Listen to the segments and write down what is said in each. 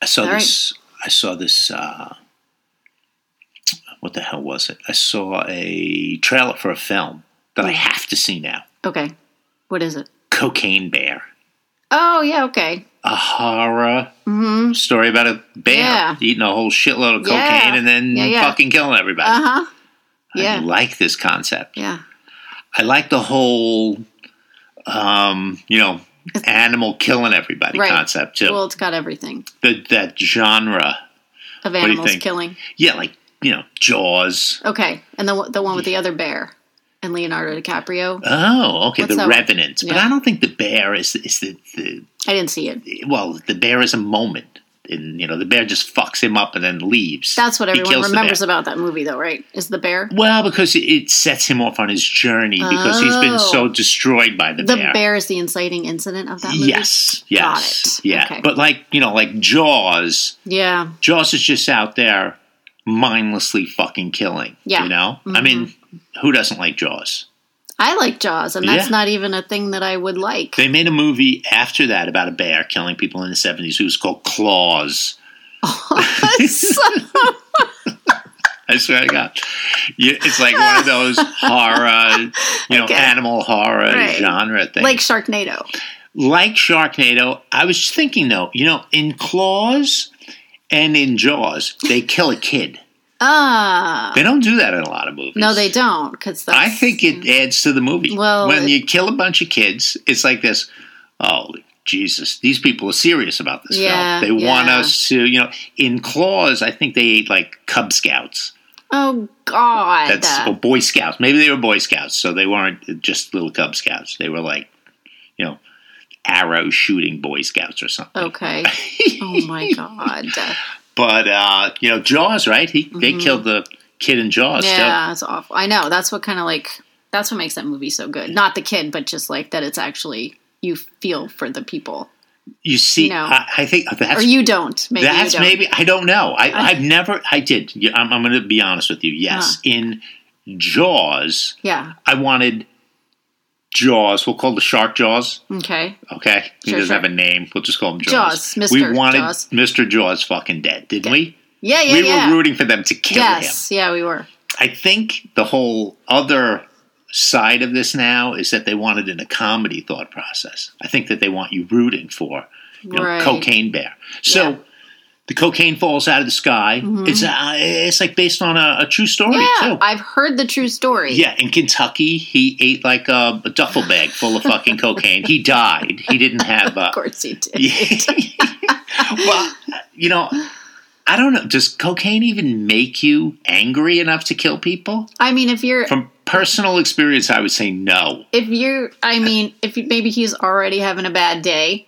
I saw All right. this. I saw this. Uh, what the hell was it? I saw a trailer for a film that I have to see now. Okay. What is it? Cocaine Bear, Oh, yeah, okay. a horror story about a bear Mm-hmm. Yeah. eating a whole shitload of cocaine Yeah. and then Yeah, yeah. fucking killing everybody. Uh huh. I Yeah. like this concept. Yeah. I like the whole, um, you know, animal killing everybody Right. concept too. Well, it's got everything the, that genre, of do you animals think? killing. yeah, like you know, Jaws. Okay. And the, one- the one with the other bear and Leonardo DiCaprio. Oh, okay, What's The that one? Revenant. But Yeah. I don't think the bear is is the, the I didn't see it. well, the bear is a moment, and you know, the bear just fucks him up and then leaves. That's what He everyone kills the remembers bear. about that movie, though, right? Is the bear? Well, because it- it sets him off on his journey because he's been Oh. so destroyed by the, The bear. bear is the inciting incident of that movie? Yes, yes, Got it. yeah. Okay. But like you know, like Jaws, Yeah. Jaws is just out there mindlessly fucking killing. Yeah. Mm-hmm. you know. I mean, who doesn't like Jaws? I like Jaws, and that's Yeah. not even a thing that I would like. They made a movie after that about a bear killing people in the seventies. It was called Claws. I swear to God, You- it's like one of those horror, you know, Okay. animal horror Right. genre things. like Sharknado. like Sharknado, I was thinking though, you know, in Claws and in Jaws, they kill a kid. Ah. They don't do that in a lot of movies. No, they don't, because I think it adds to the movie. Well, when it- you kill a bunch of kids, it's like this. Oh Jesus, these people are serious about this Yeah, film. They want yeah. us to, you know, in Claws. I think they ate like Cub Scouts. Oh, God. That's or Boy Scouts. Maybe they were Boy Scouts, so they weren't just little Cub Scouts. They were like, you know, arrow shooting Boy Scouts or something. Okay. Oh my god. But uh, you know, Jaws, right? He they killed the kid in Jaws. Mm-hmm. Yeah, it's awful. I know. That's what kind of like that's what makes that movie so good. Not the kid, but just like that it's actually you feel for the people. So you see, No. I, I think that's Or you don't. Maybe you That's don't. maybe I don't know. I, I've never. I did. Yeah, I'm, I'm going to be honest with you. Yes, in Jaws, Yeah. I wanted Jaws. We'll call the shark Jaws. Okay. Okay, he Sure, doesn't sure. have a name. We'll just call him Jaws. Jaws, Mr. We wanted Jaws. Mr. Jaws fucking dead, didn't we? Yeah, yeah, we yeah. were rooting for them to kill yes, yeah, we were. him. I think the whole other side of this now is that they wanted in a comedy thought process. I think that they want you rooting for you know, Right. cocaine bear. So Yeah. Mm-hmm. the cocaine falls out of the sky. It's uh, it's like based on a, a true story Yeah, too. I've heard the true story. yeah, in Kentucky, he ate like a, a duffel bag full of fucking cocaine. He died. He didn't have. Uh, Of course you did. well, you know, I don't know. Does cocaine even make you angry enough to kill people? I mean, if you're From personal experience, I would say no. if you're i mean if you, maybe he's already having a bad day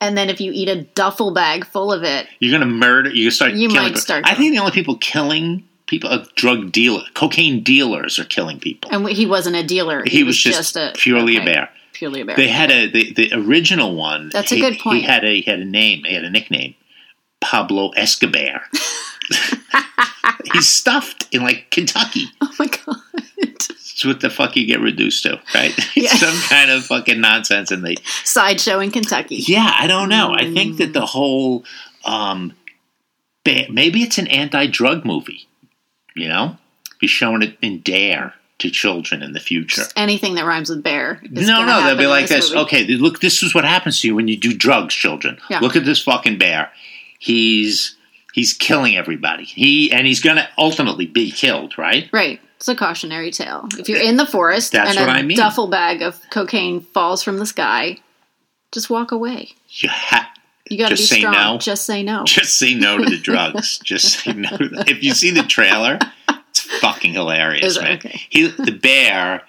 and then if you eat a duffel bag full of it You're gonna murder. You start. You killing might people. start I think the only people killing people, uh, drug dealer, cocaine dealers, are killing people. and he wasn't a dealer he, was, just, purely okay, a bear. purely a bear They had a the, the original one. That's a he- good point. He had a he had a name. He had a nickname, Pablo Escobar. He's stuffed in like Kentucky. oh my god It's what the fuck you get reduced to, right? Yeah. Some kind of fucking nonsense, and they sideshow in kentucky yeah, I don't know. I think that the Mm. whole um, ba- maybe it's an anti-drug movie. You know, be showing it in Dare to children in the future. anything that rhymes with bear is no, no, gonna they'll happen be in like this. movie. Okay, th- look, this is what happens to you when you do drugs, children. Yeah. Look at this fucking bear. He's he's killing everybody. He and he's gonna ultimately be killed, right? right it's a cautionary tale if you're in the forest That's and a what I mean. duffel bag of cocaine falls from the sky just walk away You ha- you got to be Just say strong no. just say no just say no to the drugs. just say no. To the- if you see the trailer, it's fucking hilarious, Is it? man. Okay. He the bear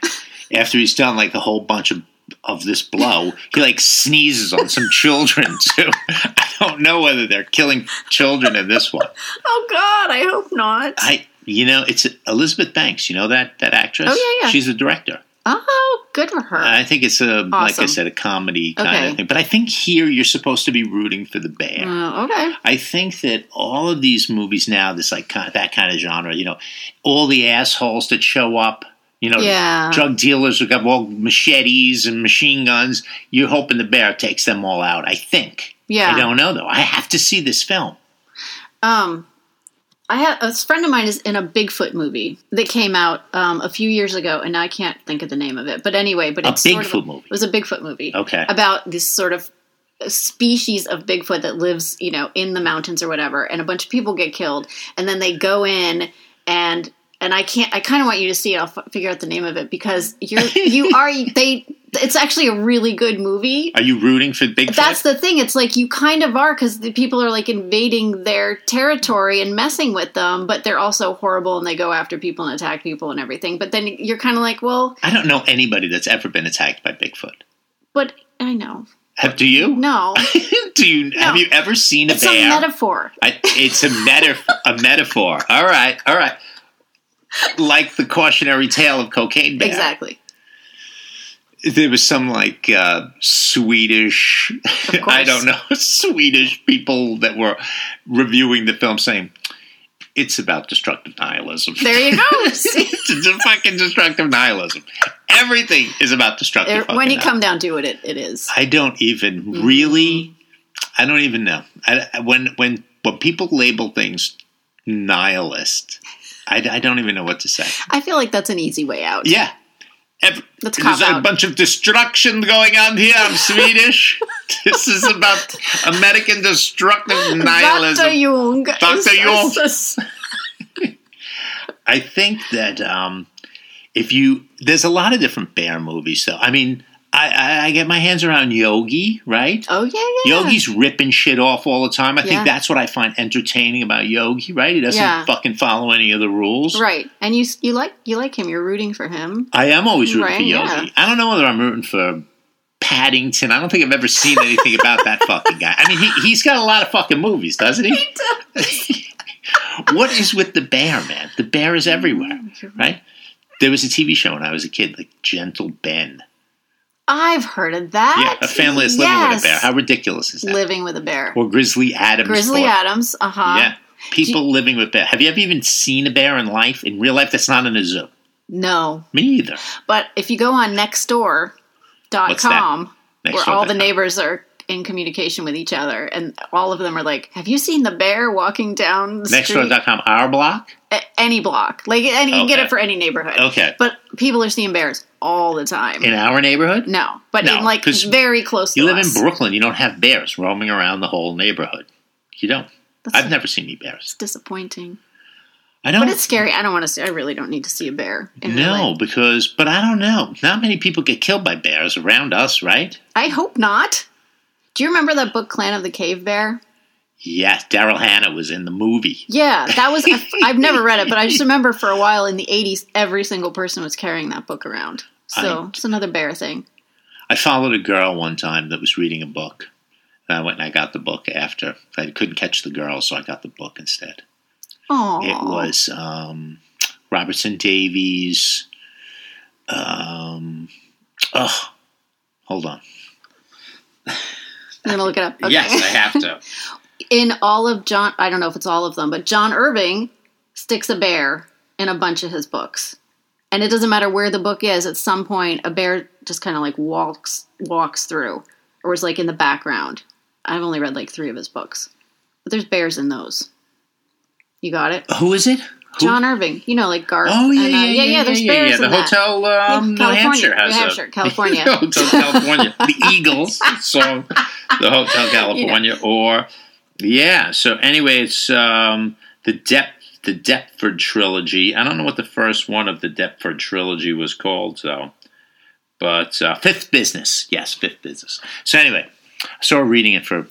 after he's done like a whole bunch of of this blow, he like sneezes on some children too. I don't know whether they're killing children in this one. oh god i hope not I you know it's Elizabeth Banks. You know that that actress. Oh, yeah, yeah. She's the director. oh good for her I think it's a like I Awesome. said a comedy kind Okay. of thing. But I think here you're supposed to be rooting for the bear. Oh, okay I think that all of these movies now, this like kind that kind of genre, you know, all the assholes that show up You know, Yeah. drug dealers who got all machetes and machine guns. You're hoping the bear takes them all out. I think. Yeah. I don't know though. I have to see this film. Um, I had a friend of mine is in a Bigfoot movie that came out um, a few years ago, and I can't think of the name of it. But anyway, but A it's sort of Bigfoot movie. It was a Bigfoot movie. Okay. About this sort of species of Bigfoot that lives, you know, in the mountains or whatever, and a bunch of people get killed, and then they go in and and I can't. I kind of want you to see it. I'll f- figure out the name of it because you're you are they. It's actually a really good movie. Are you rooting for Bigfoot? That's the thing. It's like you kind of are because the people are like invading their territory and messing with them, but they're also horrible and they go after people and attack people and everything. But then you're kind of like, well, I don't know anybody that's ever been attacked by Bigfoot. but I know. Have, do you? No. do you? Have you ever seen a It's bear? a metaphor. I, it's a metaphor. a metaphor. All right. All right. Like the cautionary tale of cocaine bear. Exactly. There was some like uh, Swedish, Of course. I don't know, Swedish people that were reviewing the film saying it's about destructive nihilism. There you go. See? it's a fucking destructive nihilism. Everything is about destructive. There- fucking when you nihilism. come down to it, it, it is. I don't even Mm-hmm. really. I don't even know. I, I- when when when people label things nihilist, I, I don't even know what to say. I feel like that's an easy way out. Yeah, Ev- That's there's cop a out. bunch of destruction going on here. I'm Swedish. this is about American destructive Dr. nihilism. Jung. Dr. is- Jung. is- I think that um, if you there's a lot of different bear movies though. I mean, I, I, I get my hands around Yogi, right? Oh, yeah, yeah. Yogi's ripping shit off all the time. I Yeah. think that's what I find entertaining about Yogi, right? He doesn't Yeah. fucking follow any of the rules. Right. And you, you, like, you like him. You're rooting for him. I am always rooting for Right, Yogi. yeah. I don't know whether I'm rooting for Paddington. I don't think I've ever seen anything about that fucking guy. I mean, he, he's got a lot of fucking movies, doesn't he? what is with the bear, man? The bear is everywhere, right? There was a TV show when I was a kid, like Gentle Ben. I've heard of that. Yeah, a family is living with a bear. Yes. How ridiculous is that? living with a bear. or Grizzly Adams. Grizzly or- Adams, uh huh. Yeah. People living with bear. Have you ever even seen a bear in life? In real life, that's not in a zoo. No, Me either. but if you go on What's that? nextdoor.com, where all the neighbors. neighbors are in communication with each other, and all of them are like, "Have you seen the bear walking down the street?" Nextdoor.com, our block? A- any block, like, and you can get Okay. it for any neighborhood. Okay. but people are seeing bears all the time. In our neighborhood? no, but No, in like 'cause very close. You to live in us. Brooklyn, you don't have bears roaming around the whole neighborhood. You don't. That's I've never seen any bears. disappointing, I don't but it's scary. I don't want to see. I really don't need to see a bear. in real No, life. because but I don't know. Not many people get killed by bears around us, right? I hope not. Do you remember that book, Clan of the Cave Bear? Yes, Daryl Hannah was in the movie. Yeah, that was. I've never read it, but I just remember for a while in the '80s, every single person was carrying that book around. So I- it's another bear thing. I followed a girl one time that was reading a book. And I went and I got the book after. I couldn't catch the girl, so I got the book instead. Oh, It was um, Robertson Davies. Um, oh, hold on. I'm gonna look it up. Okay. Yes, I have to. In all of John, I don't know if it's all of them, but John Irving sticks a bear in a bunch of his books, and it doesn't matter where the book is. At some point, a bear just kind of like walks walks through, or is like in the background. I've only read like three of his books, but there's bears in those. You got it. Who is it? Who- John Irving, you know, like Garth. Oh yeah, and, uh, yeah, yeah, There's yeah, bears yeah. The in that. hotel um, New California, Hampshire has New Hampshire, a California. hotel California, the Eagles song, the Hotel California, or yeah. So anyway, it's um, the Dep the Deptford trilogy. I don't know what the first one of the Deptford trilogy was called, though. But uh, Fifth Business, yes, Fifth Business. So anyway, I started reading it for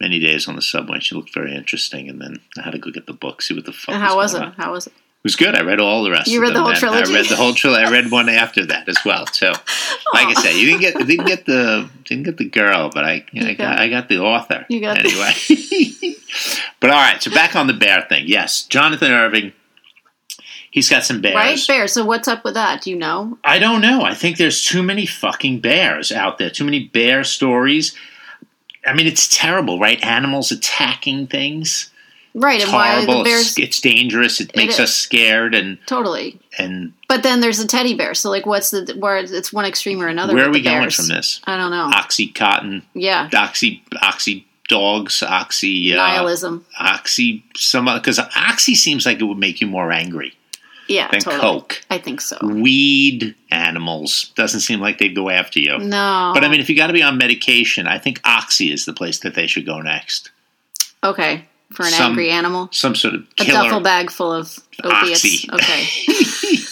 many days on the subway. She looked very interesting, and then I had to go get the book, see what the fuck. And How was going it? on. How was it? It was good. I read all the rest. You of read the them, whole and trilogy? I read the whole trilogy. I read one after that as well. So, like I said, you didn't get didn't get the didn't get the girl, but I I You got got- I got the author you got the- anyway. but all right, so back on the bear thing. Yes, Jonathan Irving. He's got some bears. Right, bear. So what's up with that? Do you know? I don't know. I think there's too many fucking bears out there. Too many bear stories. I mean, it's terrible, right? Animals attacking things. Right, It's and why are horrible. the It's, bears it's dangerous. It makes is. us scared, and totally? and But then there's the teddy bear. So like, what's the where it's one extreme or another? where with are we the going bears. from this? I don't know. Oxycontin, Yeah, oxy, oxy dogs, oxy, uh, nihilism. oxy, some because oxy seems like it would make you more angry Yeah, than totally. coke. I think so. Weed animals doesn't seem like they'd go after you. No, But I mean, if you got to be on medication, I think oxy is the place that they should go next. okay, for an some- angry animal, Some sort of a duffel killer bag full of opiates. Oxy. Okay,